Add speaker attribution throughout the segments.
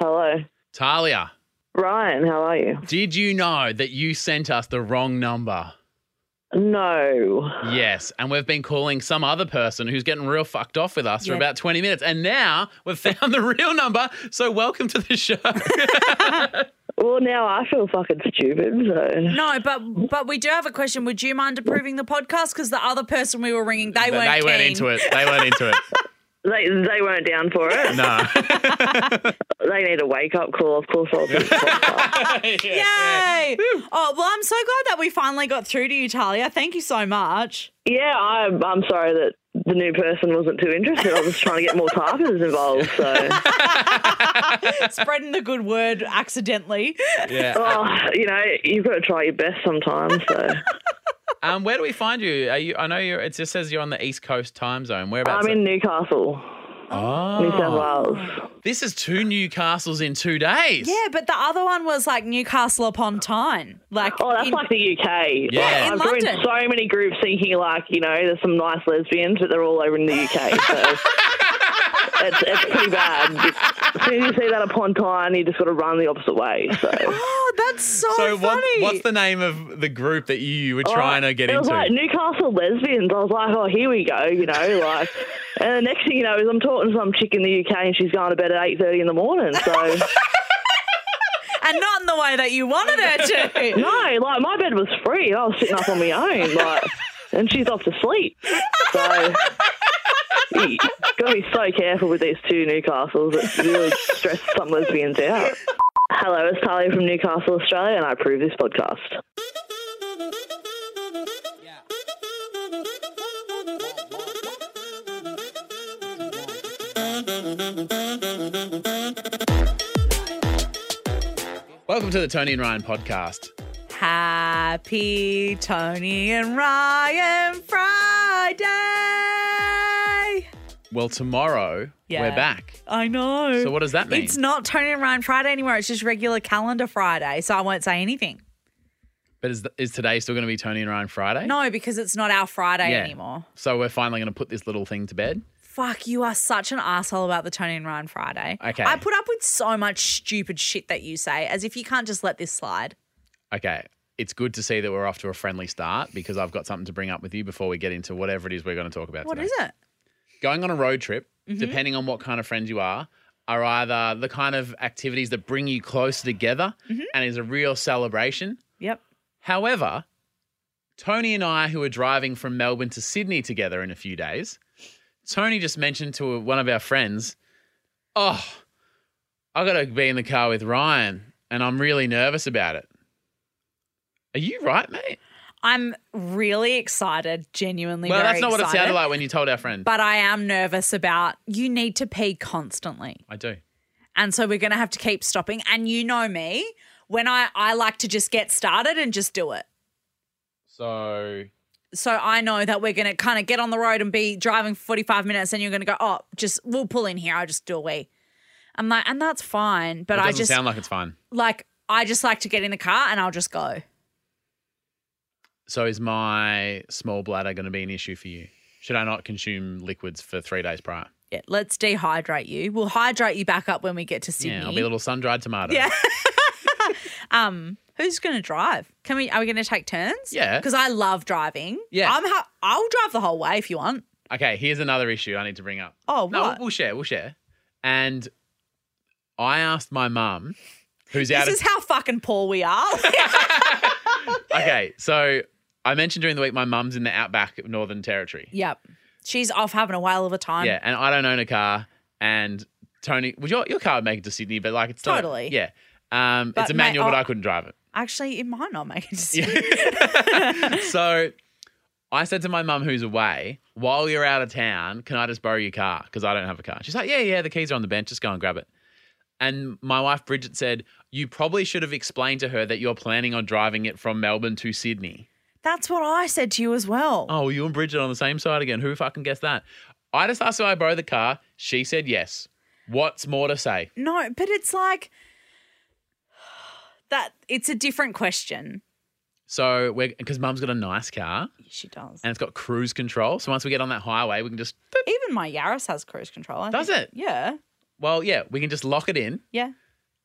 Speaker 1: Hello.
Speaker 2: Talia,
Speaker 1: Ryan, how are you?
Speaker 2: did you know that you sent us the wrong number?
Speaker 1: No.
Speaker 2: Yes, and we've been calling some other person who's getting real fucked off with us for
Speaker 3: Yeah.
Speaker 2: about 20 minutes, and now we've found the real number. So, welcome to the show.
Speaker 1: Well, now I feel fucking stupid, so.
Speaker 3: No, but but we do have a question. Would you mind approving the podcast? Because the other person we were ringing, they
Speaker 2: But
Speaker 3: weren't.
Speaker 2: they weren't
Speaker 3: keen.
Speaker 2: into it. They weren't into it.
Speaker 1: They, they weren't down for it.
Speaker 2: No.
Speaker 1: They need a wake up call, of course. I'll be-
Speaker 3: Yay! Oh well, I'm so glad that we finally got through to you, Talia. Thank you so much.
Speaker 1: yeah, I'm, I'm sorry that the new person wasn't too interested. I was just trying to get more tarpers involved, so.
Speaker 3: Spreading the good word accidentally.
Speaker 2: Yeah.
Speaker 1: Oh, you know, you've got to try your best sometimes, so.
Speaker 2: Um, where do we find you? Are you? I know you're. It just says you're on the East Coast time zone. Whereabouts?
Speaker 1: I'm in Newcastle, New
Speaker 2: Oh.
Speaker 1: South Wales.
Speaker 2: This is two Newcastles in two days.
Speaker 3: Yeah, but the other one was like Newcastle upon Tyne. Like,
Speaker 1: Oh, that's
Speaker 3: in-
Speaker 1: like the UK.
Speaker 2: Yeah.
Speaker 1: Like,
Speaker 2: In
Speaker 1: I've joined
Speaker 3: London.
Speaker 1: so many groups thinking, like, you know, there's some nice lesbians, but they're all over in the UK. So it's, it's pretty bad. As soon as you see that upon time, you just got to run the opposite way. So.
Speaker 3: oh, that's so,
Speaker 2: So
Speaker 3: funny.
Speaker 2: what, what's the name of the group that you were trying to get
Speaker 1: Oh, it was
Speaker 2: into?
Speaker 1: like Newcastle lesbians. I was like, oh, here we go, you know, like. And the next thing you know is I'm talking to some chick in the UK, and she's going to bed at eight thirty in the morning. So.
Speaker 3: and not in the way that you wanted her to.
Speaker 1: No, like my bed was free. I was sitting up on my own, like, and she's off to sleep. So you gotta be so careful with these two Newcastles. It really stressed some lesbians out. Hello, it's Talia from Newcastle, Australia, and I approve this podcast.
Speaker 2: Welcome to the Tony and Ryan podcast.
Speaker 3: Happy Tony and Ryan Friday.
Speaker 2: Well, tomorrow
Speaker 3: Yeah.
Speaker 2: we're back.
Speaker 3: I know.
Speaker 2: So what does that mean?
Speaker 3: It's not Tony and Ryan Friday anymore. It's just regular calendar Friday. So I won't say anything.
Speaker 2: But is, is today still going to be Tony and Ryan Friday?
Speaker 3: No, because it's not our Friday
Speaker 2: Yeah.
Speaker 3: anymore.
Speaker 2: So we're finally going to put this little thing to bed.
Speaker 3: Fuck, you are such an asshole about the Tony and Ryan Friday.
Speaker 2: Okay.
Speaker 3: I put up with so much stupid shit that you say, as if you can't just let this slide.
Speaker 2: Okay. It's good to see that we're off to a friendly start because I've got something to bring up with you before we get into whatever it is we're going to talk about
Speaker 3: What
Speaker 2: today.
Speaker 3: is it? Mm-hmm.
Speaker 2: going on a road trip, depending on what kind of friends you are, are either the kind of activities that bring you closer together
Speaker 3: Mm-hmm.
Speaker 2: and is a real celebration.
Speaker 3: Yep.
Speaker 2: However, Tony and I, who are driving from Melbourne to Sydney together in a few days, Tony just mentioned to one of our friends, Oh, I got to be in the car with Ryan and I'm really nervous about it. Are you right, mate?
Speaker 3: I'm really excited, genuinely.
Speaker 2: well,
Speaker 3: very
Speaker 2: that's not what it
Speaker 3: excited,
Speaker 2: sounded like when you told our friend.
Speaker 3: But I am nervous about you need to pee constantly.
Speaker 2: I do.
Speaker 3: And so we're going to have to keep stopping. And you know me, when I, I like to just get started and just do it.
Speaker 2: So
Speaker 3: So I know that we're going to kind of get on the road and be driving for 45 minutes and you're going to go, oh, just we'll pull in here. I'll just do a wee. I'm like, and that's fine. But
Speaker 2: it
Speaker 3: I
Speaker 2: doesn't
Speaker 3: just
Speaker 2: sound like it's fine.
Speaker 3: like, I just like to get in the car and I'll just go.
Speaker 2: So is my small bladder going to be an issue for you? Should I not consume liquids for three days prior?
Speaker 3: Yeah, let's dehydrate you. We'll hydrate you back up when we get to Sydney.
Speaker 2: Yeah, I'll be a little sun-dried tomato.
Speaker 3: Yeah. um, who's going to drive? Can we? Are we going to take turns?
Speaker 2: Yeah.
Speaker 3: Because I love driving.
Speaker 2: Yeah.
Speaker 3: I'm. Ha- I'll drive the whole way if you want.
Speaker 2: Okay, here's another issue I need to bring up.
Speaker 3: Oh,
Speaker 2: No, we'll,
Speaker 3: what?
Speaker 2: we'll share. We'll share. And I asked my mum, who's out.
Speaker 3: This is how fucking poor we are.
Speaker 2: of, okay, so I mentioned during the week my mum's in the outback of Northern Territory.
Speaker 3: yep. She's off having a whale of a time.
Speaker 2: yeah, and I don't own a car. And Tony, well, your your car would make it to Sydney, but like it's not-
Speaker 3: Totally.
Speaker 2: yeah. Um, it's
Speaker 3: But
Speaker 2: a
Speaker 3: mate,
Speaker 2: manual, but
Speaker 3: I'll-
Speaker 2: I couldn't drive it.
Speaker 3: Actually, it might not make it. to Sydney.
Speaker 2: Yeah. so I said to my mum, who's away, while you're out of town, can I just borrow your car? Because I don't have a car. She's like, yeah, yeah, the keys are on the bench. Just go and grab it. And my wife, Bridget, said, you probably should have explained to her that you're planning on driving it from Melbourne to Sydney.
Speaker 3: That's what I said to you as well.
Speaker 2: Oh, you and Bridget on the same side again. Who fucking guessed that? I just asked her, I borrow the car. She said yes. What's more to say?
Speaker 3: No, but it's like that. It's a different question.
Speaker 2: So we're because mum's got a nice car
Speaker 3: She does.
Speaker 2: and it's got cruise control. So once we get on that highway, we can just
Speaker 3: Even my Yaris has cruise control. I
Speaker 2: Does
Speaker 3: think.
Speaker 2: it?
Speaker 3: Yeah.
Speaker 2: well, yeah, we can just lock it in
Speaker 3: Yeah.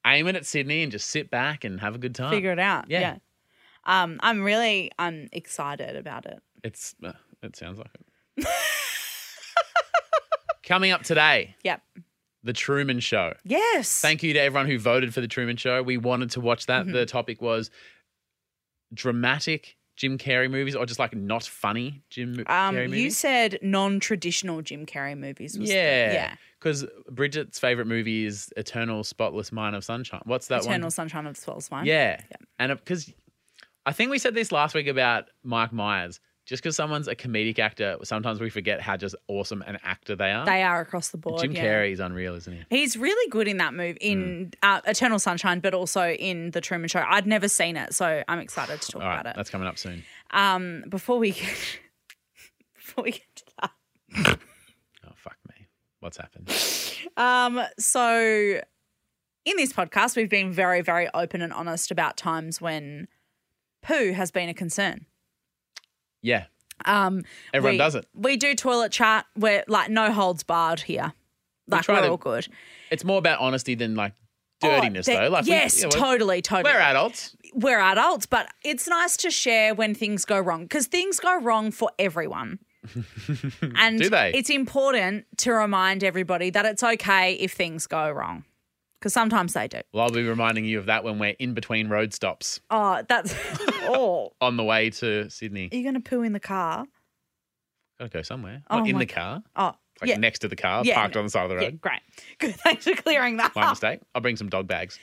Speaker 2: aim it at Sydney and just sit back and have a good time.
Speaker 3: Figure it out.
Speaker 2: Yeah.
Speaker 3: Yeah. Um, I'm really I'm excited about it.
Speaker 2: It's uh, it sounds like it. Coming up today,
Speaker 3: Yep.
Speaker 2: the Truman Show.
Speaker 3: Yes.
Speaker 2: Thank you to everyone who voted for the Truman Show. We wanted to watch that.
Speaker 3: Mm-hmm.
Speaker 2: The topic was dramatic Jim Carrey movies, or just like not funny Jim
Speaker 3: um,
Speaker 2: Carrey
Speaker 3: you
Speaker 2: movies.
Speaker 3: said non-traditional Jim Carrey movies. Was the-
Speaker 2: yeah,
Speaker 3: yeah.
Speaker 2: because Bridget's favorite movie is Eternal Spotless Mind of Sunshine. What's that
Speaker 3: Eternal
Speaker 2: one?
Speaker 3: Sunshine of the Spotless Mind.
Speaker 2: Yeah, and because I think we said this last week about Mike Myers. Just because someone's a comedic actor, sometimes we forget how just awesome an actor they are.
Speaker 3: They are across the board.
Speaker 2: Jim
Speaker 3: yeah.
Speaker 2: Carrey is unreal, isn't he?
Speaker 3: He's really good in that movie,
Speaker 2: Mm.
Speaker 3: in uh, Eternal Sunshine, but also in The Truman Show. I'd never seen it, so I'm excited to talk
Speaker 2: All right,
Speaker 3: about it.
Speaker 2: that's coming up soon.
Speaker 3: Um, before we get, before we get to that,
Speaker 2: Oh fuck me, what's happened?
Speaker 3: um, so in this podcast, we've been very, very open and honest about times when poo has been a concern.
Speaker 2: Yeah,
Speaker 3: Um,
Speaker 2: Everyone
Speaker 3: we-
Speaker 2: does it.
Speaker 3: We do toilet chat. We're like no holds barred here. Like
Speaker 2: try
Speaker 3: we're
Speaker 2: to-
Speaker 3: all good.
Speaker 2: It's more about honesty than like dirtiness,
Speaker 3: Oh,
Speaker 2: though. Like, we-
Speaker 3: yes,
Speaker 2: yeah, we're-
Speaker 3: totally, totally.
Speaker 2: We're adults.
Speaker 3: we're adults, but it's nice to share when things go wrong because things go wrong for everyone. and
Speaker 2: Do they?
Speaker 3: it's important to remind everybody that it's okay if things go wrong because sometimes they do.
Speaker 2: Well, I'll be reminding you of that when we're in between road stops
Speaker 3: Oh, that's oh,
Speaker 2: on the way to Sydney.
Speaker 3: are you going to poo in the car?
Speaker 2: Gotta go somewhere.
Speaker 3: Oh
Speaker 2: Not in
Speaker 3: my-
Speaker 2: the car,
Speaker 3: Oh,
Speaker 2: like
Speaker 3: yeah,
Speaker 2: next to the car,
Speaker 3: Yeah,
Speaker 2: parked
Speaker 3: no.
Speaker 2: on the side of the
Speaker 3: yeah, Ah.
Speaker 2: road.
Speaker 3: great. Good. Thanks for clearing that
Speaker 2: My
Speaker 3: up.
Speaker 2: mistake. I'll bring some dog bags.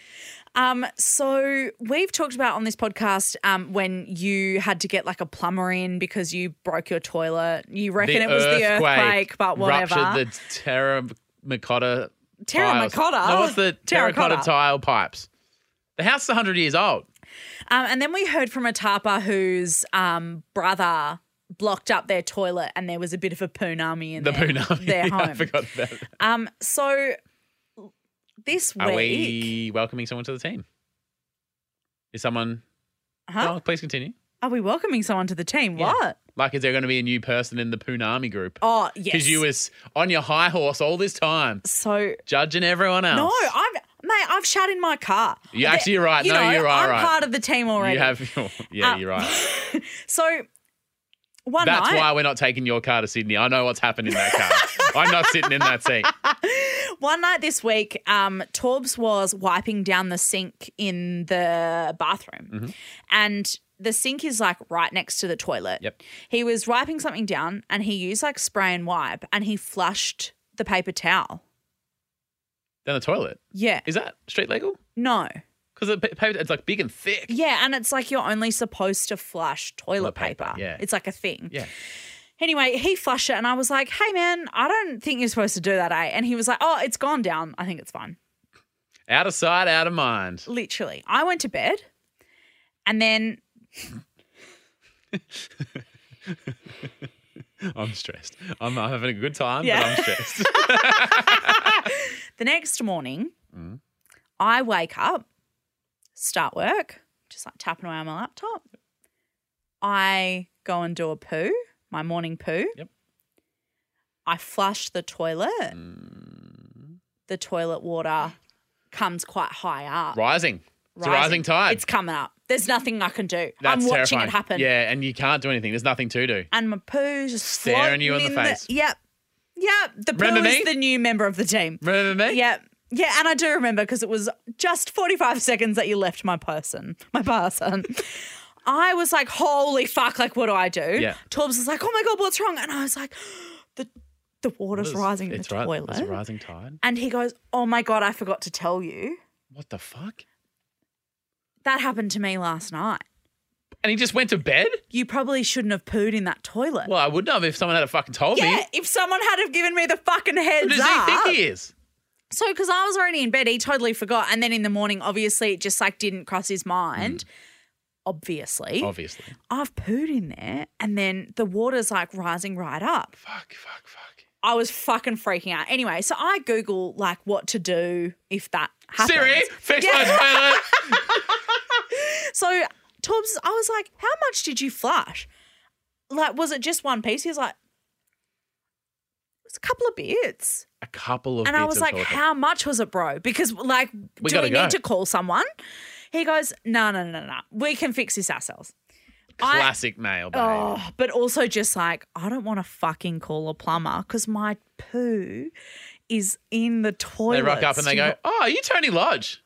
Speaker 3: Um, so we've talked about on this podcast um, when you had to get like a plumber in because you broke your toilet. You reckon it was the earthquake, but whatever.
Speaker 2: Ruptured the terracotta.
Speaker 3: Terracotta?
Speaker 2: tiles. No, what's the terracotta,
Speaker 3: Terracotta.
Speaker 2: tile pipes? The house is 100 years old.
Speaker 3: Um, and then we heard from a tarpa whose um, brother blocked up their toilet and there was a bit of a punami in
Speaker 2: The
Speaker 3: their,
Speaker 2: Poonami.
Speaker 3: their
Speaker 2: Yeah, I
Speaker 3: home.
Speaker 2: forgot about that.
Speaker 3: Um, so this
Speaker 2: Are
Speaker 3: week,
Speaker 2: we welcoming someone to the team? Is someone.
Speaker 3: Huh?
Speaker 2: No, please continue.
Speaker 3: are we welcoming someone to the team?
Speaker 2: Yeah.
Speaker 3: What?
Speaker 2: Like, is there going to be a new person in the Poonami group?
Speaker 3: Oh, yes.
Speaker 2: Because you was on your high horse all this time,
Speaker 3: so
Speaker 2: judging everyone else.
Speaker 3: no, I've mate, I've shat in my car.
Speaker 2: You- actually, you're right.
Speaker 3: You
Speaker 2: No,
Speaker 3: know,
Speaker 2: you're right,
Speaker 3: I'm
Speaker 2: right.
Speaker 3: part of the team already.
Speaker 2: you have. yeah,
Speaker 3: Uh,
Speaker 2: you're right.
Speaker 3: so one
Speaker 2: That's
Speaker 3: night,
Speaker 2: why we're not taking your car to Sydney. I know what's happened in that car. I'm not sitting in that seat.
Speaker 3: one night this week, um, Torbs was wiping down the sink in the bathroom,
Speaker 2: Mm-hmm.
Speaker 3: and the sink is like right next to the toilet.
Speaker 2: Yep.
Speaker 3: He was wiping something down, and he used like spray and wipe, and he flushed the paper towel.
Speaker 2: Down the toilet.
Speaker 3: Yeah.
Speaker 2: Is that street legal?
Speaker 3: no.
Speaker 2: Because the pa- paper, it's like big and thick.
Speaker 3: Yeah, and it's like you're only supposed to flush toilet
Speaker 2: paper,
Speaker 3: paper.
Speaker 2: yeah.
Speaker 3: It's like a thing.
Speaker 2: Yeah.
Speaker 3: Anyway, he flushed it and I was like, hey man, I don't think you're supposed to do that, eh? And he was like, oh, it's gone down. I think it's fine.
Speaker 2: Out of sight, out of mind.
Speaker 3: Literally. I went to bed and then
Speaker 2: I'm stressed. I'm, I'm having a good time,
Speaker 3: Yeah.
Speaker 2: but I'm stressed.
Speaker 3: the next morning,
Speaker 2: Mm.
Speaker 3: I wake up, start work, just like tapping away on my laptop. I go and do a poo, my morning poo.
Speaker 2: Yep.
Speaker 3: I flush the toilet.
Speaker 2: Mm.
Speaker 3: The toilet water comes quite high up.
Speaker 2: rising. It's a rising tide.
Speaker 3: It's coming up. There's nothing I can do.
Speaker 2: That's
Speaker 3: I'm watching
Speaker 2: terrifying.
Speaker 3: it happen.
Speaker 2: Yeah, and you can't do anything. There's nothing to do.
Speaker 3: And my poo just
Speaker 2: Staring you in
Speaker 3: floating
Speaker 2: the face.
Speaker 3: yep. Yep. The poo
Speaker 2: Remember
Speaker 3: is
Speaker 2: me?
Speaker 3: the new member of the team.
Speaker 2: Remember me?
Speaker 3: Yeah. Yeah, and I do remember because it was just 45 seconds that you left my person, my person. I was like, holy fuck, like, what do I do?
Speaker 2: Yeah.
Speaker 3: Torbs was like, oh my God, what's wrong? And I was like, the, the water's rising in the
Speaker 2: It's ri-
Speaker 3: toilet.
Speaker 2: It's a rising tide.
Speaker 3: And he goes, oh my God, I forgot to tell you.
Speaker 2: What the fuck?
Speaker 3: That happened to me last night.
Speaker 2: And he just went to bed?
Speaker 3: You probably shouldn't have pooed in that toilet.
Speaker 2: Well, I wouldn't have if someone had fucking told me.
Speaker 3: yeah, if someone had have given me the fucking heads
Speaker 2: Who does
Speaker 3: up.
Speaker 2: he think he is?
Speaker 3: So, because I was already in bed, he totally forgot. And then in the morning, obviously, it just like didn't cross his mind. Obviously,
Speaker 2: Obviously.
Speaker 3: I've pooed in there, and then the water's like rising right up.
Speaker 2: Fuck, fuck, fuck.
Speaker 3: I was fucking freaking out. Anyway, so I Google like what to do if that happens.
Speaker 2: Siri, fix my toilet.
Speaker 3: So, Torbs, I was like, how much did you flush? Like, was it just one piece? He was like, it was a couple of bits.
Speaker 2: A couple of
Speaker 3: And
Speaker 2: bits
Speaker 3: I was
Speaker 2: of
Speaker 3: like,
Speaker 2: telepathy.
Speaker 3: how much was it, bro? Because, like, do
Speaker 2: gotta
Speaker 3: we
Speaker 2: go.
Speaker 3: need to call someone? He goes, no, no, no, no, no. We can fix this ourselves. I-
Speaker 2: Classic male behavior.
Speaker 3: Oh, but also just like, I don't want to fucking call a plumber because my poo is in the toilet.
Speaker 2: they rock up and they go, "Oh, are you Tony Lodge?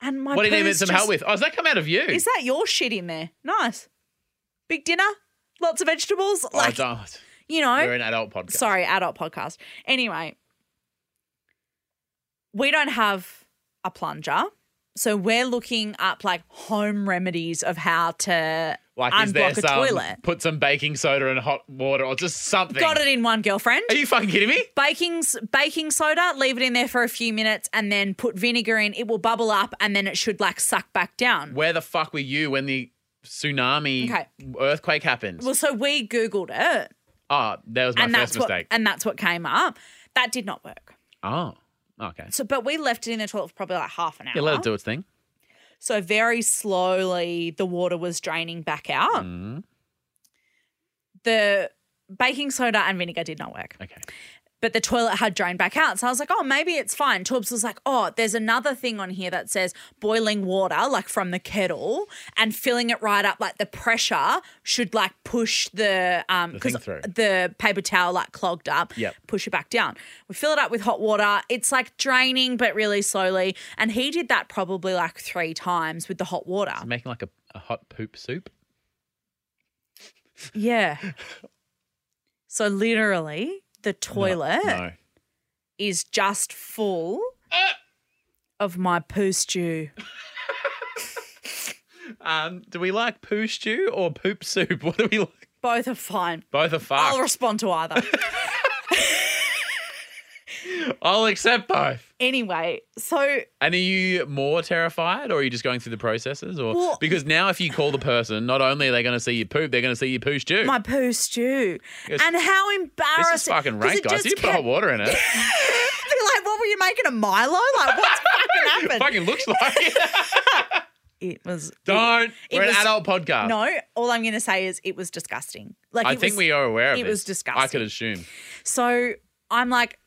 Speaker 3: and my
Speaker 2: what do you need
Speaker 3: poo's
Speaker 2: some
Speaker 3: just-
Speaker 2: help with? Oh, does that come out of you?
Speaker 3: Is that your shit in there? Nice. Big dinner, lots of vegetables.
Speaker 2: oh,
Speaker 3: Like,
Speaker 2: don't.
Speaker 3: you know,
Speaker 2: We're an adult podcast.
Speaker 3: sorry, adult podcast. Anyway, we don't have a plunger. So we're looking up like home remedies of how to
Speaker 2: Like,
Speaker 3: unblock
Speaker 2: is there
Speaker 3: a
Speaker 2: some?
Speaker 3: toilet.
Speaker 2: Put some baking soda and hot water, or just something.
Speaker 3: Got it in one girlfriend.
Speaker 2: Are you fucking kidding me?
Speaker 3: baking s- baking soda, leave it in there for a few minutes and then put vinegar in. It will bubble up and then it should like suck back down.
Speaker 2: Where the fuck were you when the tsunami
Speaker 3: Okay.
Speaker 2: earthquake happened?
Speaker 3: Well, so we googled it
Speaker 2: oh, that was my
Speaker 3: and
Speaker 2: first
Speaker 3: that's what
Speaker 2: mistake.
Speaker 3: and that's what came up. That did not work.
Speaker 2: oh, okay.
Speaker 3: So but we left it in the toilet for probably like half an hour.
Speaker 2: Yeah, let it do its thing.
Speaker 3: So very slowly the water was draining back out. The baking soda and vinegar did not work.
Speaker 2: Okay.
Speaker 3: but the toilet had drained back out. So I was like, oh, maybe it's fine. Torbs was like, oh, there's another thing on here that says boiling water, like from the kettle, and filling it right up, like the pressure should like push the um
Speaker 2: The thing
Speaker 3: because
Speaker 2: through.
Speaker 3: the paper towel like clogged up.
Speaker 2: Yep.
Speaker 3: Push it back down. We fill it up with hot water. It's like draining, but really slowly. And he did that probably like three times with the hot water.
Speaker 2: Making like a, a hot poop soup.
Speaker 3: Yeah. So literally, the toilet.
Speaker 2: No.
Speaker 3: is just full
Speaker 2: Uh.
Speaker 3: of my poo stew.
Speaker 2: Um, do we like poo stew or poop soup? What do we like?
Speaker 3: Both are fine.
Speaker 2: Both are fucked.
Speaker 3: I'll respond to either.
Speaker 2: I'll accept both.
Speaker 3: anyway, so
Speaker 2: And are you more terrified, or are you just going through the processes? Or
Speaker 3: Well-
Speaker 2: because now, if you call the person, not only are they going to see you poop, they're going to see you poo stew.
Speaker 3: my poo stew.
Speaker 2: Yes.
Speaker 3: And how embarrassing.
Speaker 2: this is fucking
Speaker 3: 'cause
Speaker 2: rank,
Speaker 3: it
Speaker 2: guys.
Speaker 3: just
Speaker 2: You put
Speaker 3: kept-
Speaker 2: hot water in it.
Speaker 3: They're like, what were you making a Milo? Like, what's fucking happened?
Speaker 2: fucking looks like it.
Speaker 3: It was.
Speaker 2: Don't.
Speaker 3: It
Speaker 2: We're
Speaker 3: was-
Speaker 2: an adult podcast.
Speaker 3: No, all I'm going to say is it was disgusting. Like,
Speaker 2: I
Speaker 3: it
Speaker 2: think
Speaker 3: was,
Speaker 2: we are aware of
Speaker 3: it
Speaker 2: this.
Speaker 3: was disgusting.
Speaker 2: I could assume.
Speaker 3: So I'm like,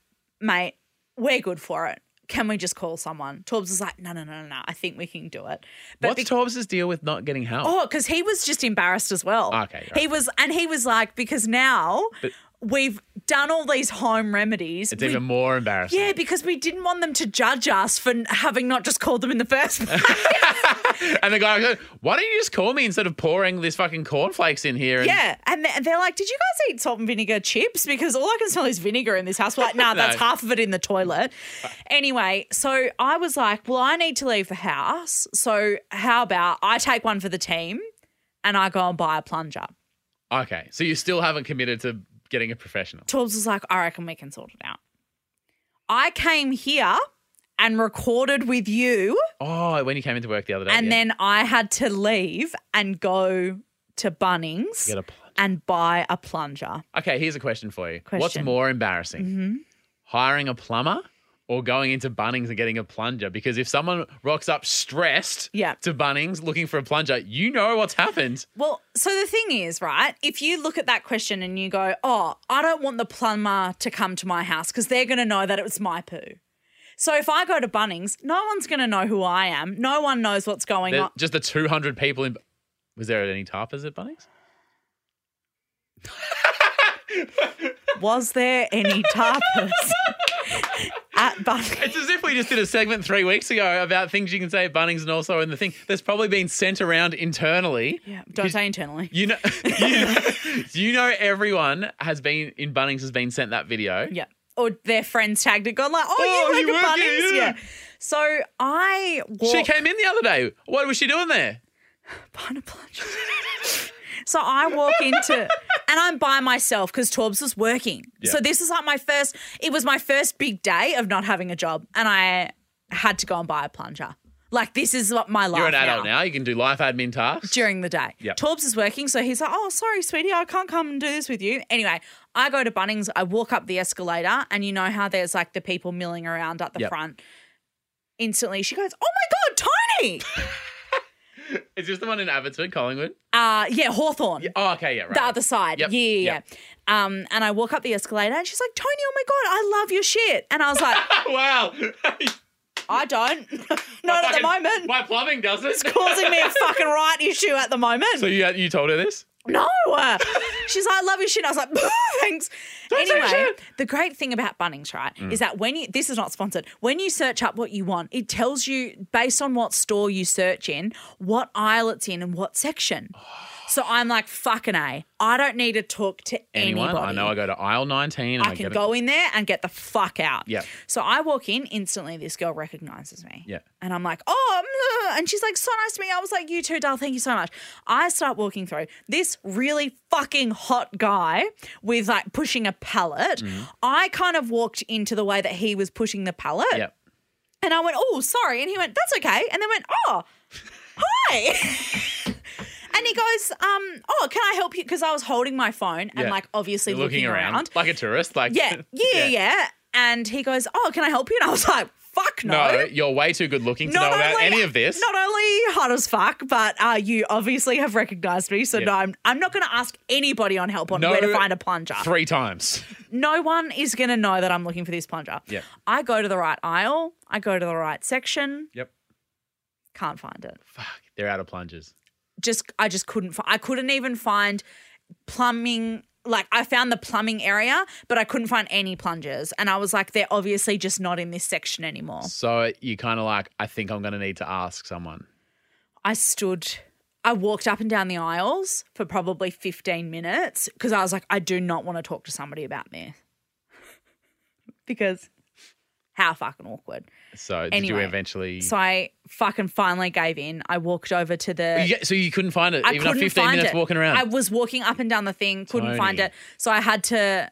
Speaker 3: mate, we're good for it. Can we just call someone? Torbs is like, no, no, no, no, no. I think we can do it. But
Speaker 2: What's
Speaker 3: bec-
Speaker 2: Torbs's deal with not getting help?
Speaker 3: Oh, because he was just embarrassed as well.
Speaker 2: Ah, Okay,
Speaker 3: He
Speaker 2: right.
Speaker 3: was, and he was like, because now
Speaker 2: But-
Speaker 3: we've done all these home remedies.
Speaker 2: it's
Speaker 3: We-
Speaker 2: even more embarrassing.
Speaker 3: yeah, because we didn't want them to judge us for n- having not just called them in the first place.
Speaker 2: And the guy goes, "Why don't you just call me instead of pouring this fucking cornflakes in here?" And
Speaker 3: yeah. And they- and they're like, did you guys eat salt and vinegar chips? Because all I can smell is vinegar in this house. We're like, nah,
Speaker 2: No. Uh,
Speaker 3: that's half of it in the toilet. Anyway, so I was like, well, I need to leave the house. So how about I take one for the team and I go and buy a plunger?
Speaker 2: Okay, so you still haven't committed to getting a professional.
Speaker 3: Torbs was like, I reckon we can sort it out. I came here and recorded with you,
Speaker 2: Oh, when you came into work the other day,
Speaker 3: and
Speaker 2: yeah.
Speaker 3: then I had to leave and go to Bunnings
Speaker 2: get a plunge.
Speaker 3: and buy a plunger.
Speaker 2: Okay, here's a question for you. What's
Speaker 3: Question. Mm-hmm.
Speaker 2: more embarrassing, hiring a plumber or going into Bunnings and getting a plunger? Because if someone rocks up stressed
Speaker 3: Yeah.
Speaker 2: to Bunnings looking for a plunger, you know what's happened.
Speaker 3: Well, so the thing is, right? If you look at that question and you go, oh, I don't want the plumber to come to my house because they're going to know that it was my poo. So if I go to Bunnings, no one's going to know who I am. No one knows what's going
Speaker 2: There-
Speaker 3: on.
Speaker 2: just the 200 people in. Was there any tarpers at Bunnings?
Speaker 3: Was there any tarpers at Bunnings?
Speaker 2: It's as if we just did a segment three weeks ago about things you can say at Bunnings and also in the thing. That's probably been sent around internally.
Speaker 3: Yeah, don't say internally.
Speaker 2: You know, you know, you know, everyone has been in Bunnings has been sent that video.
Speaker 3: Yeah. Or their friends tagged it, gone like, oh,
Speaker 2: Oh,
Speaker 3: you
Speaker 2: you
Speaker 3: work at
Speaker 2: work here,
Speaker 3: Bunnings.
Speaker 2: yeah.
Speaker 3: Yeah. So I walked.
Speaker 2: She came in the other day. What was she doing there?
Speaker 3: Behind a plunge. so I walk into, and I'm by myself because Torbs was working.
Speaker 2: Yeah.
Speaker 3: So this is like my first, it was my first big day of not having a job. And I had to go and buy a plunger. Like, this is what my life
Speaker 2: You're an adult now. You can do life admin tasks.
Speaker 3: during the day.
Speaker 2: Yep.
Speaker 3: Torbs is working, so he's like, "Oh, sorry, sweetie, I can't come and do this with you." Anyway, I go to Bunnings. I walk up the escalator, and you know how there's like the people milling around at the
Speaker 2: Yep.
Speaker 3: front. Instantly, she goes, "Oh my god, Tony!"
Speaker 2: Is this the one in Everton, Collingwood?
Speaker 3: Uh, yeah, Hawthorne.
Speaker 2: Oh, okay, yeah, right.
Speaker 3: The other side.
Speaker 2: Yep,
Speaker 3: Yeah, yeah,
Speaker 2: yep.
Speaker 3: yeah. Um, and I walk up the escalator and she's like, Tony, oh my God, I love your shit. And I was like,
Speaker 2: wow.
Speaker 3: I don't. Not at the
Speaker 2: Fucking-
Speaker 3: moment.
Speaker 2: My plumbing doesn't.
Speaker 3: It's causing me a fucking right issue at the moment.
Speaker 2: So you you told her this?
Speaker 3: No. She's like, I love your shit. I was like, thanks.
Speaker 2: Don't say
Speaker 3: anyway,
Speaker 2: shit. Mm.
Speaker 3: the great thing about Bunnings, right, is that when you, this is not sponsored, when you search up what you want, it tells you based on what store you search in, what aisle it's in and what section. So I'm like, fucking A. I don't need to talk to
Speaker 2: Anyone?
Speaker 3: anybody.
Speaker 2: I know I go to aisle 19 and I,
Speaker 3: I can
Speaker 2: get
Speaker 3: go in there and get the fuck out.
Speaker 2: Yeah.
Speaker 3: So I walk in instantly. This girl recognizes me.
Speaker 2: Yeah.
Speaker 3: And I'm like, oh, mm, and she's like, so nice to meet. you." I was like, you too, doll. Thank you so much. I start walking through this really fucking hot guy with like pushing a pallet.
Speaker 2: Mm-hmm.
Speaker 3: I kind of walked into the way that he was pushing the pallet,
Speaker 2: it. Yep.
Speaker 3: and I went, oh, sorry. And he went, that's okay. And then went, oh, hi. And he goes, um, oh, can I help you? Because I was holding my phone and
Speaker 2: Yeah.
Speaker 3: like obviously
Speaker 2: You're looking, around,
Speaker 3: around.
Speaker 2: like a tourist. Like
Speaker 3: Yeah, yeah, yeah, And he goes, Oh, can I help you? And I was like, Fuck no.
Speaker 2: No, you're way too good looking to know about any of this.
Speaker 3: Not only hot as fuck, but uh, you obviously have recognized me. So
Speaker 2: Yeah.
Speaker 3: no, I'm, I'm not going to ask anybody on help on
Speaker 2: No
Speaker 3: where to find a plunger.
Speaker 2: Three times.
Speaker 3: No one is going to know that I'm looking for this plunger.
Speaker 2: Yeah.
Speaker 3: I go to the right aisle, I go to the right section,
Speaker 2: Yep.
Speaker 3: can't find it.
Speaker 2: Fuck. They're out of plungers.
Speaker 3: Just I just couldn't. Fi- I couldn't even find plumbing. Like I found the plumbing area, but I couldn't find any plungers, and I was like, they're obviously just not in this section anymore.
Speaker 2: So you kind of like, I think I'm going to need to ask someone.
Speaker 3: I stood, I walked up and down the aisles for probably 15 minutes because I was like, I do not want to talk to somebody about this. because how fucking awkward.
Speaker 2: So did
Speaker 3: Anyway,
Speaker 2: you eventually?
Speaker 3: So I fucking finally gave in. I walked over to the.
Speaker 2: You get- so you couldn't find it
Speaker 3: I
Speaker 2: even
Speaker 3: couldn't
Speaker 2: after 15
Speaker 3: find
Speaker 2: minutes
Speaker 3: it.
Speaker 2: walking around.
Speaker 3: I was walking up and down the thing, couldn't find
Speaker 2: Tony.
Speaker 3: it. So I had to.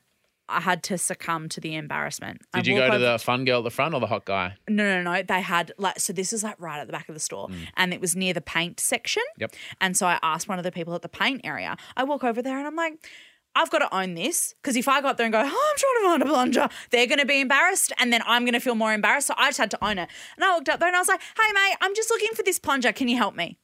Speaker 3: I had to succumb to the embarrassment. I
Speaker 2: did you
Speaker 3: walk
Speaker 2: go to
Speaker 3: over-
Speaker 2: the fun girl at the front or the hot guy?
Speaker 3: No, no, no. They had like so. This is like right at the back of the store, and it was near the paint section.
Speaker 2: Yep.
Speaker 3: And so I asked one of the people at the paint area. I walk over there and I'm like, I've got to own this because if I go up there and go, oh, I'm trying to find a plunger, they're going to be embarrassed, and then I'm going to feel more embarrassed. So I just had to own it. And I walked up there and I was like, Hey, mate, I'm just looking for this plunger. Can you help me?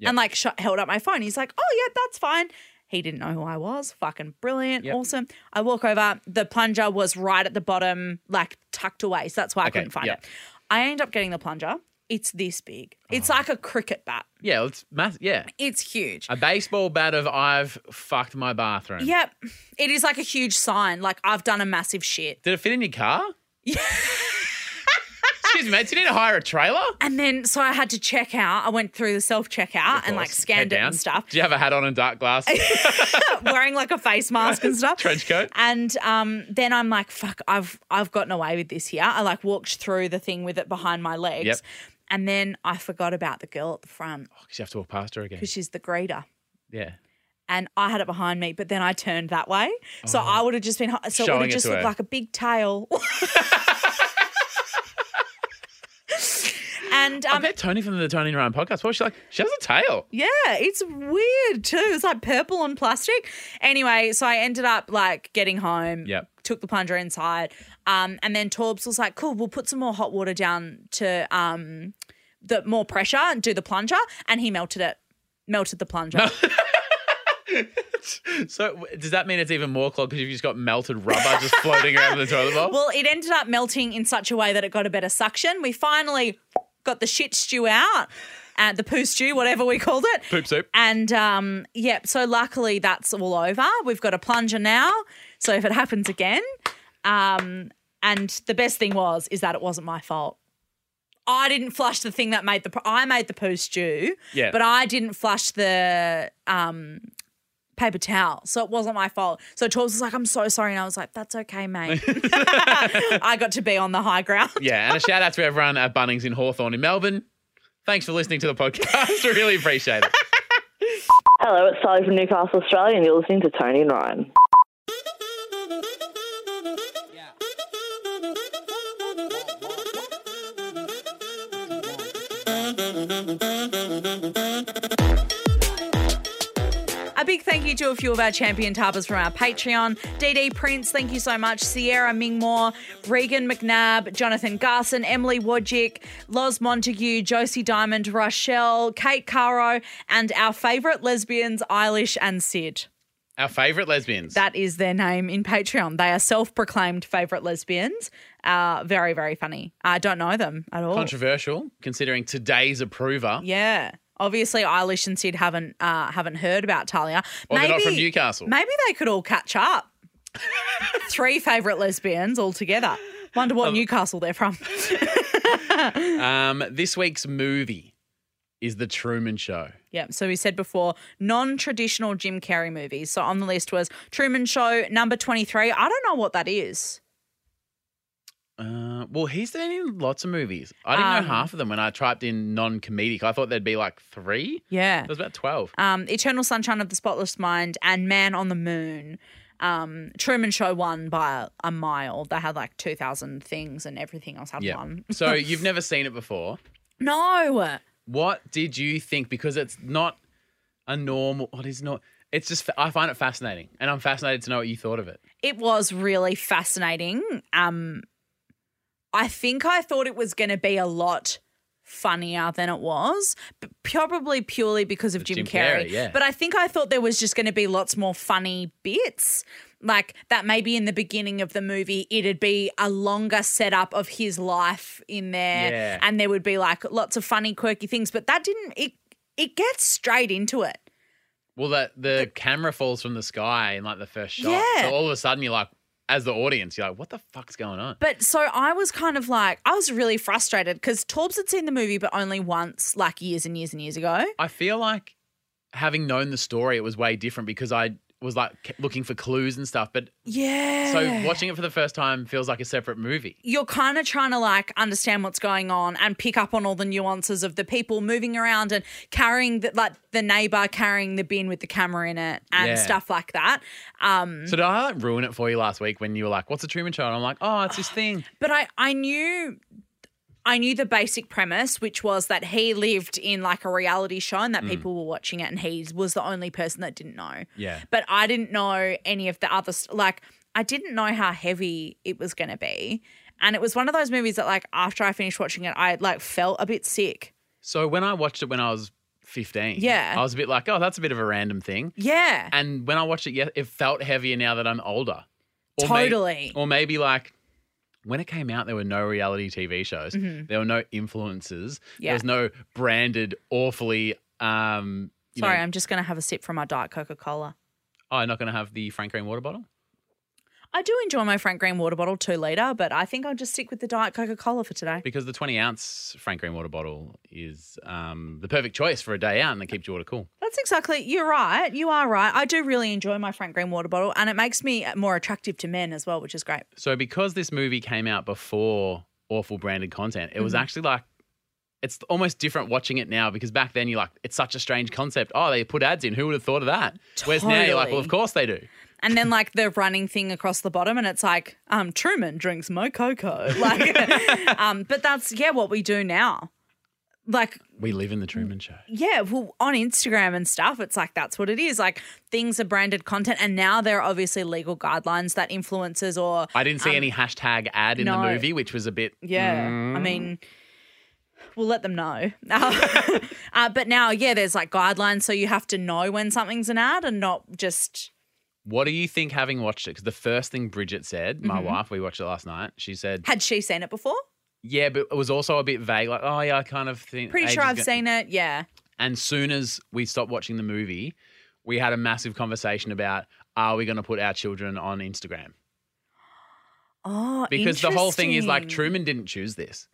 Speaker 2: Yep.
Speaker 3: And like sh- held up my phone. He's like, Oh yeah, that's fine. He didn't know who I was. Fucking brilliant,
Speaker 2: Yep.
Speaker 3: awesome. I walk over. The plunger was right at the bottom, like tucked away. So that's why I
Speaker 2: Okay,
Speaker 3: couldn't find
Speaker 2: yep.
Speaker 3: it. I end up getting the plunger. It's this big.
Speaker 2: Oh.
Speaker 3: It's like a cricket bat.
Speaker 2: Yeah, it's mass. Yeah,
Speaker 3: It's huge.
Speaker 2: a baseball bat of I've fucked my bathroom.
Speaker 3: Yep. It is like a huge sign. Like I've done a massive shit.
Speaker 2: Did it fit in your car? Excuse me, mate. Do you need to hire a trailer?
Speaker 3: And then so I had to check out. I went through the self checkout and like
Speaker 2: Head
Speaker 3: scanned it
Speaker 2: down.
Speaker 3: and stuff,
Speaker 2: Do you have a hat on and dark Oh, glasses,
Speaker 3: wearing like a face mask and stuff.
Speaker 2: trench coat?
Speaker 3: And um, then I'm like, fuck, I've I've gotten away with this here. I like walked through the thing with it behind my legs.
Speaker 2: Yep.
Speaker 3: And then I forgot about the girl at the front
Speaker 2: Because you have to walk past her again.
Speaker 3: because she's the greeter.
Speaker 2: Yeah.
Speaker 3: and I had it behind me, but then I turned that way. So I would have just been, so it would
Speaker 2: Oh. Showing
Speaker 3: have
Speaker 2: it
Speaker 3: just
Speaker 2: to
Speaker 3: looked
Speaker 2: her.
Speaker 3: like a big tail. and
Speaker 2: I
Speaker 3: um,
Speaker 2: met Tony from the Tony and Ryan podcast. What was she like? She has a tail.
Speaker 3: yeah, it's weird too. It's like purple and plastic. Anyway, so I ended up like getting home.
Speaker 2: Yep.
Speaker 3: Took the plunger inside. Um, and then Torbs was like, cool, we'll put some more hot water down to um, the more pressure and do the plunger. And he melted it, melted the plunger.
Speaker 2: So w- does that mean it's even more clogged because you've just got melted rubber just floating around in the toilet bowl?
Speaker 3: Well, it ended up melting in such a way that it got a better suction. We finally got the shit stew out, uh, the poo stew, whatever we called it.
Speaker 2: Poop soup.
Speaker 3: And um, yeah, so luckily that's all over. We've got a plunger now. So if it happens again, um, and the best thing was is that it wasn't my fault. I didn't flush the thing that made the. I made the poo stew,
Speaker 2: Yeah.
Speaker 3: but I didn't flush the um, paper towel, so it wasn't my fault. So Torbs was like, "I'm so sorry," and I was like, "That's okay, mate." I got to be on the high ground.
Speaker 2: Yeah, and a shout out to everyone at Bunnings in Hawthorne in Melbourne. Thanks for listening to the podcast. really appreciate it.
Speaker 1: Hello, it's Sally from Newcastle, Australia, and you're listening to Tony and Ryan.
Speaker 3: A big Big thank you to a few of our champion tarpers from our Patreon. DD Prince, thank you so much. Sierra Mingmore, Regan McNabb, Jonathan Garson, Emily Wodgick, Loz Montague, Josie Diamond, Rochelle, Kate Caro, and our favourite lesbians, Eilish and Sid.
Speaker 2: Our favorite lesbians.
Speaker 3: That is their name in Patreon. They are self proclaimed favourite lesbians. Uh, very, very funny. I don't know them at all.
Speaker 2: Controversial, considering today's approver.
Speaker 3: Yeah. Obviously, Eilish and Sid haven't uh, haven't heard about Talia.
Speaker 2: Or they're not from Newcastle.
Speaker 3: Maybe they could all catch up. Three favourite lesbians all together. Wonder what Newcastle they're from.
Speaker 2: Um, this week's movie is The Truman Show.
Speaker 3: yeah. So we said before, non-traditional Jim Carrey movies. So on the list was Truman Show number twenty three. I don't know what that is.
Speaker 2: Uh, well, he's been in lots of movies. I didn't
Speaker 3: Um,
Speaker 2: know half of them when I typed in non comedic. I thought there'd be like three.
Speaker 3: Yeah.
Speaker 2: There's about 12.
Speaker 3: um, Eternal Sunshine of the Spotless Mind and Man on the Moon. Um, Truman Show won by a mile. They had like 2,000 things and everything else had
Speaker 2: Yeah.
Speaker 3: one.
Speaker 2: so you've never seen it before.
Speaker 3: No.
Speaker 2: What did you think? Because it's not a normal. What is not? It's just. I find it fascinating, and I'm fascinated to know what you thought of it.
Speaker 3: It was really fascinating. Um, I think I thought it was going to be a lot funnier than it was, but probably purely because of Jim,
Speaker 2: Jim
Speaker 3: Carrey.
Speaker 2: Carrey, yeah.
Speaker 3: But I think I thought there was just going to be lots more funny bits. Like that, maybe in the beginning of the movie, it'd be a longer setup of his life in there,
Speaker 2: Yeah.
Speaker 3: and there would be like lots of funny, quirky things. But that didn't. It it gets straight into it.
Speaker 2: Well, that the camera falls from the sky in like the first shot.
Speaker 3: Yeah.
Speaker 2: So all of a sudden, you're like, as the audience, you're like, what the fuck's going on?
Speaker 3: But so I was kind of like, I was really frustrated because Torbs had seen the movie, but only once, like years and years and years ago.
Speaker 2: I feel like having known the story, it was way different because I was like ke- looking for clues and stuff. But
Speaker 3: Yeah.
Speaker 2: so watching it for the first time feels like a separate movie.
Speaker 3: You're kind of trying to like understand what's going on and pick up on all the nuances of the people moving around and carrying the, like the neighbor carrying the bin with the camera in it and
Speaker 2: Yeah.
Speaker 3: stuff like that. Um,
Speaker 2: So did I like ruin it for you last week when you were like, "What's a Truman Show?" And I'm like, "Oh, it's this thing."
Speaker 3: but I, I knew I knew the basic premise, which was that he lived in like a reality show and that
Speaker 2: Mm.
Speaker 3: people were watching it, and he was the only person that didn't know.
Speaker 2: Yeah.
Speaker 3: but I didn't know any of the other st- like I didn't know how heavy it was going to be. And it was one of those movies that like after I finished watching it I like felt a bit sick.
Speaker 2: So when I watched it when I was 15,
Speaker 3: Yeah.
Speaker 2: I was a bit like, "Oh, that's a bit of a random thing."
Speaker 3: Yeah.
Speaker 2: And when I watched it, yeah, it felt heavier now that I'm older. Or may-
Speaker 3: Totally.
Speaker 2: or maybe like when it came out, there were no reality TV shows. There were no influences.
Speaker 3: Mm-hmm. Yeah.
Speaker 2: There was no branded, awfully. Um, you
Speaker 3: Sorry,
Speaker 2: know,
Speaker 3: I'm just going to have a sip from my diet Coca-Cola.
Speaker 2: oh, I'm not going to have the Frank Green water bottle.
Speaker 3: I do enjoy my Frank Green water bottle 2 liter, but I think I'll just stick with the diet Coca-Cola for today.
Speaker 2: Because the 20 ounce Frank Green water bottle is um, the perfect choice for a day out and it keeps your water cool.
Speaker 3: That's exactly. You're right. You are right. I do really enjoy my Frank Green water bottle and it makes me more attractive to men as well, which is great.
Speaker 2: So, because this movie came out before awful branded content, it was
Speaker 3: Mm-hmm.
Speaker 2: actually like, it's almost different watching it now because back then you're like, it's such a strange concept. Oh, they put ads in. Who would have thought of that? Whereas now you're like, well,
Speaker 3: Totally.
Speaker 2: of course they do.
Speaker 3: And then like the running thing across the bottom, and it's like, um, Truman drinks mo cocoa. Like, um, but that's yeah, what we do now. Like,
Speaker 2: We live in the Truman Show.
Speaker 3: yeah, well, on Instagram and stuff, it's like that's what it is. Like things are branded content, and now there are obviously legal guidelines that influencers or
Speaker 2: I didn't see any hashtag ad in
Speaker 3: Um, no.
Speaker 2: the movie, which was a bit.
Speaker 3: Yeah.
Speaker 2: Mm.
Speaker 3: I mean, we'll let them know. Uh, uh, but now, yeah, there's like guidelines, so you have to know when something's an ad and not just
Speaker 2: What do you think having watched it? Because the first thing Bridget said, my
Speaker 3: Mm-hmm.
Speaker 2: wife, we watched it last night. She said,
Speaker 3: had she seen it before?
Speaker 2: "Yeah, but it was also a bit vague. Like, oh yeah, I kind of think."
Speaker 3: Pretty sure
Speaker 2: age is
Speaker 3: I've
Speaker 2: go-"
Speaker 3: seen it. Yeah.
Speaker 2: And soon as we stopped watching the movie, we had a massive conversation about: Are we going to put our children on Instagram?
Speaker 3: Oh,
Speaker 2: Because the whole thing is like
Speaker 3: interesting.
Speaker 2: Truman didn't choose this.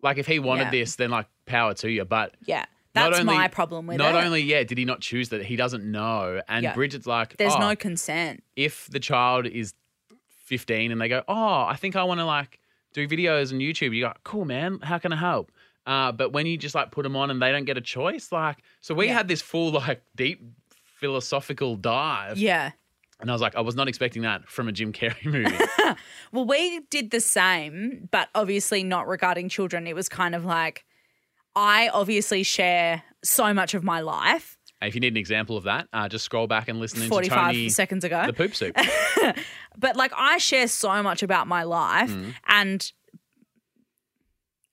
Speaker 2: Like, if he wanted
Speaker 3: Yeah.
Speaker 2: this, then like power to you. But
Speaker 3: Yeah,
Speaker 2: not
Speaker 3: that's
Speaker 2: only-
Speaker 3: my problem with
Speaker 2: not
Speaker 3: it.
Speaker 2: only yeah did he not choose that he doesn't know and
Speaker 3: Yeah.
Speaker 2: bridget's like
Speaker 3: there's
Speaker 2: "Oh,
Speaker 3: no consent.
Speaker 2: if the child is 15 and they go, "Oh, I think I want to like do videos on YouTube," you go, "Cool, man. How can I help?" Uh, but when you just like put them on and they don't get a choice, like, so we
Speaker 3: Yeah.
Speaker 2: had this full like deep philosophical dive,
Speaker 3: Yeah.
Speaker 2: and I was like, I was not expecting that from a Jim Carrey movie.
Speaker 3: Well, we did the same, but obviously not regarding children. It was kind of like I obviously share so much of my life.
Speaker 2: If you need an example of that, uh, just scroll back and listen into
Speaker 3: 45
Speaker 2: Tony
Speaker 3: seconds ago.
Speaker 2: the poop soup.
Speaker 3: but like I share so much about my life
Speaker 2: Mm.
Speaker 3: and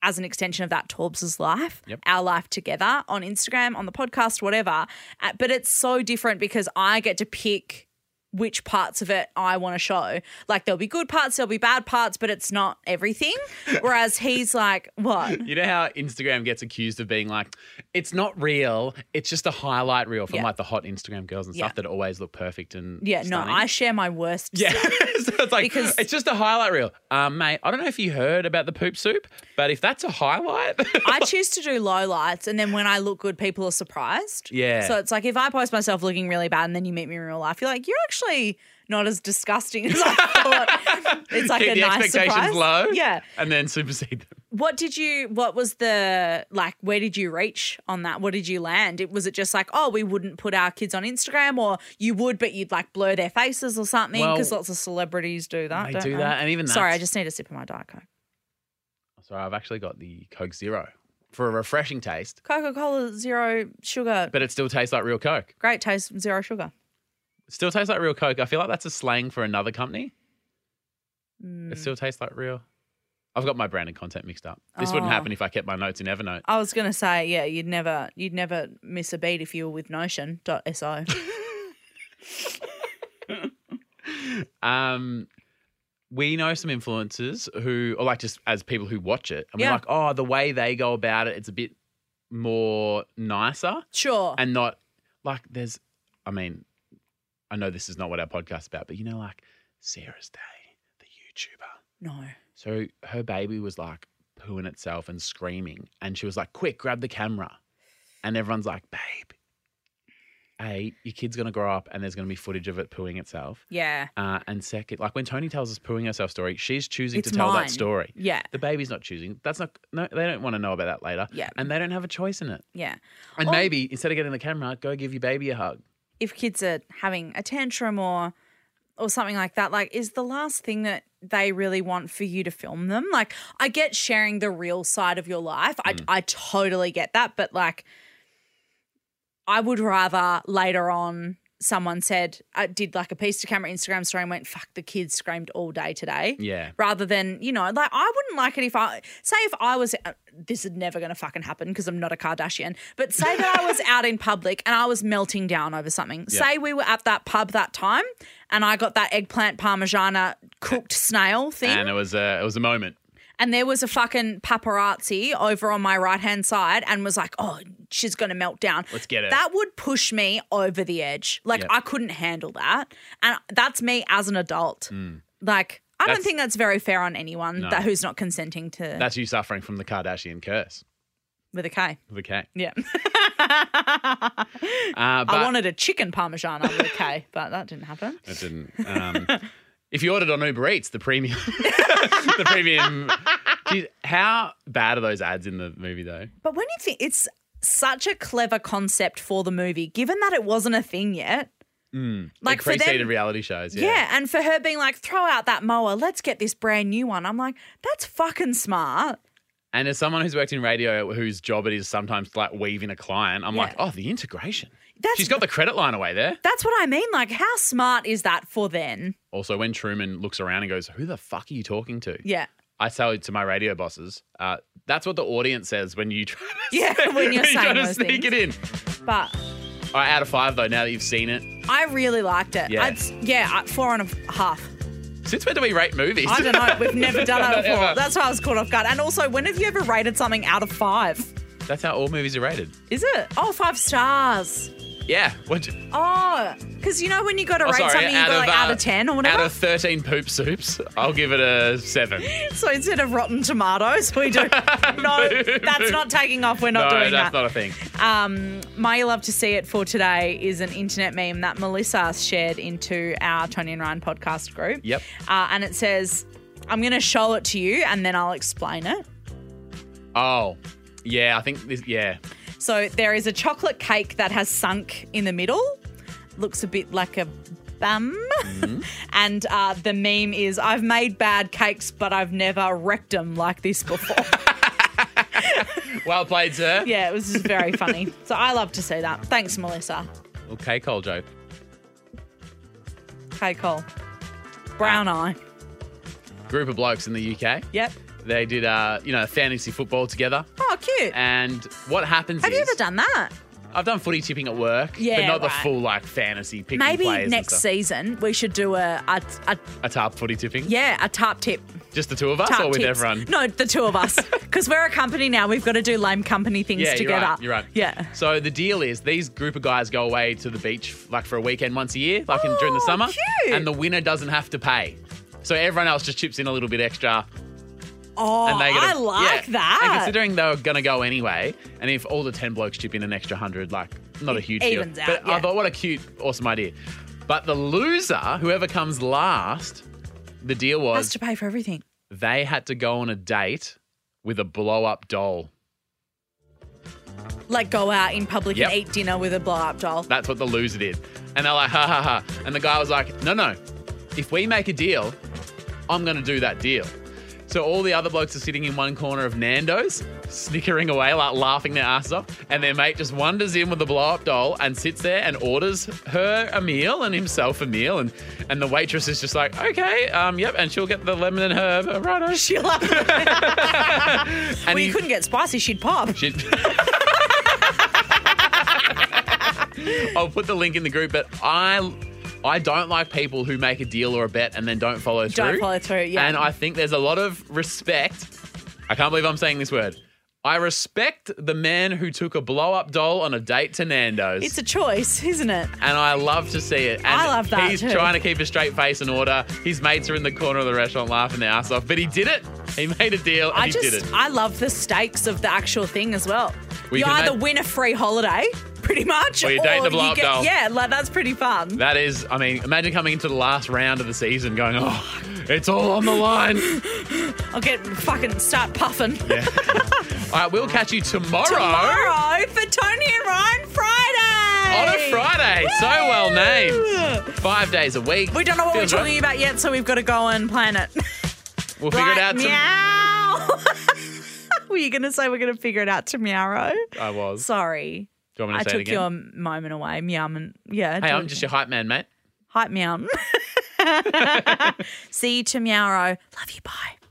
Speaker 3: as an extension of that Torbs's life,
Speaker 2: Yep.
Speaker 3: our life together on Instagram, on the podcast, whatever. Uh, But it's so different because I get to pick which parts of it I want to show. Like there'll be good parts, there'll be bad parts, but it's not everything. Whereas he's like, what?
Speaker 2: You know how Instagram gets accused of being like, it's not real, it's just a highlight reel from
Speaker 3: Yeah.
Speaker 2: like the hot Instagram girls and
Speaker 3: Yeah.
Speaker 2: stuff that always look perfect and
Speaker 3: Yeah, no,
Speaker 2: stunning.
Speaker 3: I share my worst.
Speaker 2: yeah. so it's like
Speaker 3: Because-
Speaker 2: it's just a highlight reel, um, mate. I don't know if you heard about the poop soup, but if that's a highlight,
Speaker 3: I choose to do low lights, and then when I look good, people are surprised.
Speaker 2: Yeah.
Speaker 3: So it's like if I post myself looking really bad, and then you meet me in real life, you're like, you're actually not as disgusting as I thought. it's like
Speaker 2: keep
Speaker 3: a
Speaker 2: the
Speaker 3: nice
Speaker 2: expectations
Speaker 3: surprise.
Speaker 2: low,
Speaker 3: Yeah.
Speaker 2: and then supersede them.
Speaker 3: What did you? What was the like? Where did you reach on that? What did you land? It was it just like, oh, we wouldn't put our kids on Instagram, or you would, but you'd like blur their faces or something
Speaker 2: Well,
Speaker 3: because lots of celebrities do that.
Speaker 2: they
Speaker 3: don't
Speaker 2: do
Speaker 3: they?
Speaker 2: that, and even
Speaker 3: sorry, I
Speaker 2: that's- Oh,
Speaker 3: just need a sip of my diet coke.
Speaker 2: Sorry, I've actually got the Coke Zero for a refreshing taste,
Speaker 3: Coca Cola zero sugar,
Speaker 2: but it still tastes like real Coke.
Speaker 3: great taste, zero sugar.
Speaker 2: Still tastes like real Coke. I feel like that's a slang for another company.
Speaker 3: Mm.
Speaker 2: It still tastes like real. I've got my brand and content mixed up. This wouldn't
Speaker 3: Oh.
Speaker 2: happen if I kept my notes in Evernote.
Speaker 3: I was gonna say, yeah, you'd never you'd never miss a beat if you were with Notion.so.
Speaker 2: Um, we know some influencers who, or like just as people who watch it, and
Speaker 3: Yeah.
Speaker 2: we're like, oh, the way they go about it, it's a bit more nicer
Speaker 3: sure.
Speaker 2: and not like there's. I mean, I know this is not what our podcast's about, but you know, like Sarah's Day, the YouTuber.
Speaker 3: no.
Speaker 2: So her baby was like pooing itself and screaming. And she was like, quick, grab the camera. And everyone's like, babe, A, your kid's going to grow up and there's going to be footage of it pooing itself.
Speaker 3: Yeah.
Speaker 2: Uh, and second, like when Tony tells us pooing herself story, she's choosing
Speaker 3: It's
Speaker 2: to tell
Speaker 3: mine.
Speaker 2: that story.
Speaker 3: Yeah.
Speaker 2: The baby's not choosing. That's not, no, they don't want to know about that later.
Speaker 3: Yeah. Oh.
Speaker 2: And they don't have a choice in it.
Speaker 3: Yeah.
Speaker 2: And
Speaker 3: Or-
Speaker 2: maybe instead of getting the camera, go give your baby a hug.
Speaker 3: If kids are having a tantrum or or something like that, like is the last thing that they really want for you to film them? Like I get sharing the real side of your life. I
Speaker 2: Mm.
Speaker 3: I totally get that, but like I would rather later on someone said I did like a piece to camera Instagram story and went, fuck the kids screamed all day today.
Speaker 2: Yeah.
Speaker 3: rather than you know like i wouldn't like it if i say if i was uh, this is never going to fucking happen because i'm not a kardashian but say that i was out in public and i was melting down over something say we were at that pub that time and i got that eggplant parmigiana cooked snail thing
Speaker 2: And it was a, it was a moment.
Speaker 3: and there was a fucking paparazzi over on my right hand side and was like, oh, she's going to melt down.
Speaker 2: Let's get her.
Speaker 3: That would push me over the edge. Like,
Speaker 2: Yeah.
Speaker 3: I couldn't handle that. And that's me as an adult. Like, I don't
Speaker 2: Mm. That's-
Speaker 3: think that's very fair on anyone that who's not consenting to
Speaker 2: That's you suffering from the Kardashian curse.
Speaker 3: with a K.
Speaker 2: With a K.
Speaker 3: Yeah.
Speaker 2: Uh, but
Speaker 3: I wanted a chicken parmesan with a K, but that didn't happen.
Speaker 2: It didn't. Um, if you ordered on Uber Eats, the premium, the premium. Geez, how bad are those ads in the movie though?
Speaker 3: But when you think it's such a clever concept for the movie, given that it wasn't a thing yet.
Speaker 2: Like
Speaker 3: Like for
Speaker 2: preceded
Speaker 3: them,
Speaker 2: reality shows.
Speaker 3: Yeah.
Speaker 2: Yeah.
Speaker 3: and for her being like, throw out that mower, let's get this brand new one. I'm like, that's fucking smart.
Speaker 2: And as someone who's worked in radio, whose job it is sometimes like weaving a client, I'm like,
Speaker 3: Yeah.
Speaker 2: oh, the integration.
Speaker 3: That's
Speaker 2: She's got the credit line away there.
Speaker 3: that's what I mean. Like, how smart is that for then?
Speaker 2: Also, when Truman looks around and goes, "Who the fuck are you talking to?"
Speaker 3: Yeah.
Speaker 2: I tell it to my radio bosses. Uh, that's what the audience says when you try to,
Speaker 3: Yeah, when you're
Speaker 2: try
Speaker 3: saying
Speaker 2: to
Speaker 3: those
Speaker 2: sneak
Speaker 3: things.
Speaker 2: it in.
Speaker 3: But
Speaker 2: All right, out of five though. Now that you've seen it,
Speaker 3: I really liked it.
Speaker 2: Yeah.
Speaker 3: I'd, yeah, I- four and a half.
Speaker 2: since when do we rate movies?
Speaker 3: I don't know. We've never done that before.
Speaker 2: Ever.
Speaker 3: That's why I was caught off guard. And also, when have you ever rated something out of five?
Speaker 2: That's how all movies are rated.
Speaker 3: Is it? Oh, five stars.
Speaker 2: Yeah. What,
Speaker 3: Oh, because you know when you got to
Speaker 2: oh,
Speaker 3: rate
Speaker 2: sorry.
Speaker 3: something, you go like
Speaker 2: uh,
Speaker 3: out of 10 or whatever.
Speaker 2: Out of 13 poop soups, I'll give it a seven.
Speaker 3: so instead of Rotten Tomatoes, we do. no, that's not taking off. We're
Speaker 2: no,
Speaker 3: not doing
Speaker 2: that's
Speaker 3: that.
Speaker 2: not a thing.
Speaker 3: Um, my love to see it for today is an internet meme that Melissa shared into our Tony and Ryan podcast group.
Speaker 2: Yep.
Speaker 3: Uh, and it says, I'm going to show it to you and then I'll explain it.
Speaker 2: Oh, yeah. I think this, yeah.
Speaker 3: So there is a chocolate cake that has sunk in the middle, looks a bit like a bum.
Speaker 2: Mm-hmm.
Speaker 3: and uh, the meme is, I've made bad cakes, but I've never wrecked them like this before.
Speaker 2: Well played, sir.
Speaker 3: Yeah, it was just very funny. So I love to see that. Thanks, Melissa.
Speaker 2: Okay, Cole joke.
Speaker 3: Hey, Cole. Brown
Speaker 2: Ah.
Speaker 3: eye.
Speaker 2: Group of blokes in the UK.
Speaker 3: Yep.
Speaker 2: They did, uh, you know, fantasy football together.
Speaker 3: Oh, cute.
Speaker 2: And what happens
Speaker 3: Have
Speaker 2: is
Speaker 3: you ever done that?
Speaker 2: I've done footy tipping at work, but
Speaker 3: Yeah,
Speaker 2: not the
Speaker 3: right.
Speaker 2: full like fantasy picking
Speaker 3: Maybe
Speaker 2: players and
Speaker 3: next
Speaker 2: stuff.
Speaker 3: season we should do a, a, a
Speaker 2: A tarp footy tipping.
Speaker 3: yeah a top tip.
Speaker 2: Just the two of us,
Speaker 3: Tart
Speaker 2: or with
Speaker 3: tips.
Speaker 2: everyone.
Speaker 3: No, the two of us. Because we're a company now. We've got to do lame company things
Speaker 2: Yeah,
Speaker 3: together.
Speaker 2: you're right. You're right.
Speaker 3: Yeah.
Speaker 2: So the deal is, these group of guys go away to the beach like for a weekend once a year, like in, during the
Speaker 3: Oh,
Speaker 2: summer,
Speaker 3: cute.
Speaker 2: and the winner doesn't have to pay. So everyone else just chips in a little bit extra,
Speaker 3: Oh,
Speaker 2: and they get. a-
Speaker 3: I like
Speaker 2: yeah. And
Speaker 3: that.
Speaker 2: considering they were gonna go anyway, and if all the ten blokes chip in an extra hundred, like not a huge
Speaker 3: E- evens
Speaker 2: deal.
Speaker 3: out,
Speaker 2: but I
Speaker 3: yeah.
Speaker 2: thought, what a cute, awesome idea. But the loser, whoever comes last, the deal was
Speaker 3: Has to pay for everything.
Speaker 2: they had to go on a date with a blow up doll.
Speaker 3: Like go out in public
Speaker 2: Yep.
Speaker 3: and eat dinner with a blow up doll.
Speaker 2: That's what the loser did. And they're like, ha ha ha. And the guy was like, no, no. If we make a deal, I'm going to do that deal. So all the other blokes are sitting in one corner of Nando's, snickering away, like laughing their ass off. And their mate just wanders in with the blow up doll and sits there and orders her a meal and himself a meal. And, and the waitress is just like, okay, um, yep. And she'll get the lemon and herb. Right,
Speaker 3: She loved it.
Speaker 2: And
Speaker 3: Well,
Speaker 2: he-
Speaker 3: you couldn't get spicy, she'd pop.
Speaker 2: Shit. I'll put the link in the group, but I I don't like people who make a deal or a bet and then don't follow through.
Speaker 3: Don't follow through, yeah.
Speaker 2: And I think there's a lot of respect. I can't believe I'm saying this word. I respect the man who took a blow up doll on a date to Nando's.
Speaker 3: It's a choice, isn't it?
Speaker 2: and I love to see it. And
Speaker 3: I love that
Speaker 2: He's
Speaker 3: too.
Speaker 2: trying to keep a straight face and order. His mates are in the corner of the restaurant laughing their ass off, but he did it. He made a deal and
Speaker 3: I
Speaker 2: he did
Speaker 3: just
Speaker 2: it.
Speaker 3: I love the stakes of the actual thing as well.
Speaker 2: Well, you
Speaker 3: you
Speaker 2: can
Speaker 3: either
Speaker 2: make-
Speaker 3: win a free holiday, pretty much,
Speaker 2: Or you date the blow-up doll.
Speaker 3: yeah, like that's pretty fun.
Speaker 2: That is, I mean, imagine coming into the last round of the season going, oh, it's all on the line.
Speaker 3: I'll get fucking start puffing.
Speaker 2: all right, we'll catch you tomorrow,
Speaker 3: Tomorrow for Tony and Ryan
Speaker 2: on
Speaker 3: Friday.
Speaker 2: a Friday. So well named. Five days a week.
Speaker 3: We don't know what
Speaker 2: Feels
Speaker 3: we're
Speaker 2: right.
Speaker 3: talking about yet, so we've got to go and plan it.
Speaker 2: We'll figure it
Speaker 3: Right,
Speaker 2: out tomorrow.
Speaker 3: Meow. Were you going to say we're going to figure it out tomorrow?
Speaker 2: I was.
Speaker 3: Sorry.
Speaker 2: Do you want me
Speaker 3: I
Speaker 2: to say it
Speaker 3: took
Speaker 2: again?
Speaker 3: your moment away. Meow. and- Yeah.
Speaker 2: Hey,
Speaker 3: do
Speaker 2: I'm
Speaker 3: it
Speaker 2: just
Speaker 3: again.
Speaker 2: your hype man, mate.
Speaker 3: Hype meow. See you tomorrow. Love you. Bye.